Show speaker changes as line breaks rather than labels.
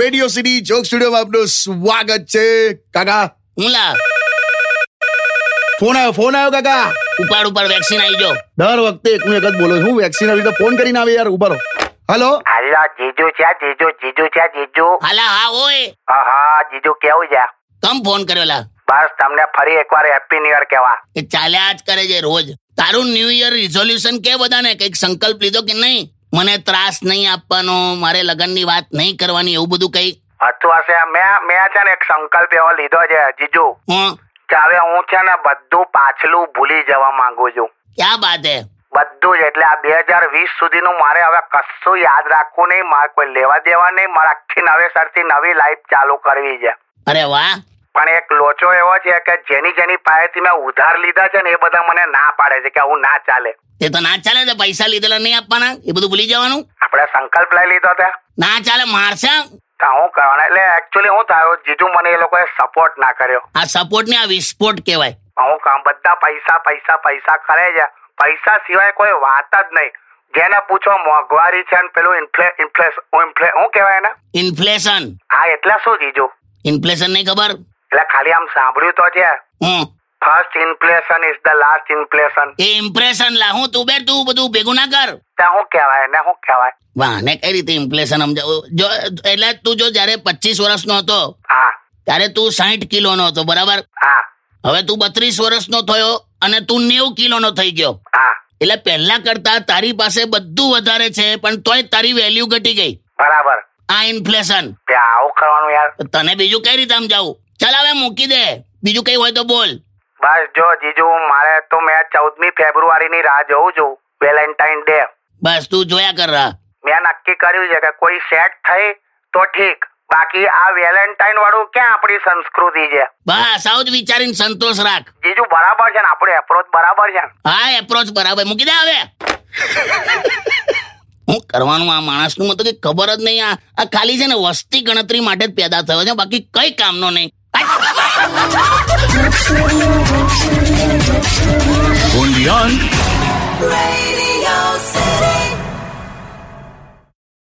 Radio City joke studio માં આપનું સ્વાગત છે કાકા
હું લા
ફોન આવ્યો ફોન આવ્યો કાકા
ઉપાડ ઉપાડ વેક્સિન આવી જો
દર વખતે એક હું એક જ બોલું છું વેક્સિન આવી તો ફોન કરીને આવે યાર ઉભા રહો હલો
હાલા જીજુ છે જીજુ જીજુ છે જીજુ
હાલા હા ઓય
હા હા જીજુ કેવું છે
કમ ફોન કર્યો લા
બસ તમને ફરી એકવાર હેપી ન્યુ યર કહેવા
એ ચાલ્યા જ કરે છે રોજ તારું ન્યૂ યર રિઝોલ્યુશન કે બધાને કંઈક સંકલ્પ લીધો કે નહીં મને ત્રાસ નહીં આપવાનો મારે લગ્નની વાત નહીં કરવાની એવું બધું કઈ
હતું હશે મેં મેં છે ને એક સંકલ્પ એવો લીધો છે જીજુ
હા
કે હવે હું છે ને બધું પાછલું ભૂલી જવા માંગુ છું
ક્યાં બાત હે
બધું જ એટલે આ બે હજાર વીસ સુધીનું મારે હવે કશું યાદ રાખવું નહીં મારે કોઈ લેવા દેવા નહીં મારે આખી નવેસરથી નવી લાઈફ ચાલુ કરવી છે
અરે વાહ
પણ એક લોચો એવો છે કે જેની જેની પાસેથી મેં ઉધાર લીધા છે ને એ બધા મને ના પાડે છે કે આવું ના ચાલે
તે તો ના ચાલે તે પૈસા લીધેલા નહીં આપવાના એ બધું ભૂલી જવાનું
આપણે સંકલ્પ લઈ લીધો તે
ના ચાલે મારશે
તો હું કરવાનું એટલે એકચ્યુઅલી હું થયું જીજુ મને એ લોકોએ સપોર્ટ ના કર્યો
આ સપોર્ટ ને આ વિસ્ફોટ કહેવાય
હું કામ બધા પૈસા પૈસા પૈસા કરે છે પૈસા સિવાય કોઈ વાત જ નહીં જેને પૂછો મોંઘવારી છે ને પેલું ઇન્ફ્લે ઇન્ફ્લે ઇન્ફ્લે શું કહેવાય ને
ઇન્ફ્લેશન
હા એટલે શું જીજુ
ઇન્ફ્લેશન નહીં ખબર
એટલે ખાલી આમ સાંભળ્યું તો છે
હમ
first inflation is the last inflation
એ ઇમ્પ્રેશન લા હું તું બે તું બધું ભેગું ના કર
ત્યાં શું કહેવાય ને શું કહેવાય
વાહ ને કઈ રીતે ઇન્ફ્લેશન સમજાવું જો એટલે તું જો જ્યારે પચીસ વર્ષનો હતો
હા
ત્યારે તું સાહીઠ કિલોનો હતો બરાબર
હા
હવે તું બત્રીસ વર્ષનો થયો અને તું નેવું કિલોનો થઈ ગયો
હા
એટલે પહેલા કરતા તારી પાસે બધું વધારે છે પણ તોય તારી વેલ્યુ ઘટી ગઈ
બરાબર
આ ઇન્ફ્લેશન
તે આવું કરવાનું યાર
તને બીજું કઈ રીતે સમજાવું ચાલ હવે મૂકી દે બીજું કઈ હોય તો બોલ
બસ જો જીજુ મારે તો મેં ચૌદમી ફેબ્રુઆરીની રાહ જોઉં છું વેલેન્ટાઇન ડે
બસ તું જોયા કર રાહ.
મેં નક્કી કર્યું છે કે કોઈ સેટ થઈ તો ઠીક બાકી આ વેલેન્ટાઇન વાળું ક્યાં આપણી સંસ્કૃતિ છે
બસ આવું જ વિચારીને સંતોષ રાખ
જીજુ બરાબર છે ને આપણો એપ્રોચ બરાબર છે ને?
હા એપ્રોચ બરાબર મૂકી દે હવે હું કરવાનું આ માણસનું મને તો કંઈ ખબર જ નહીં આ આ ખાલી છે ને વસ્તી ગણતરી માટે જ પેદા થયો છે બાકી કઈ કામનો નહીં
Radio City.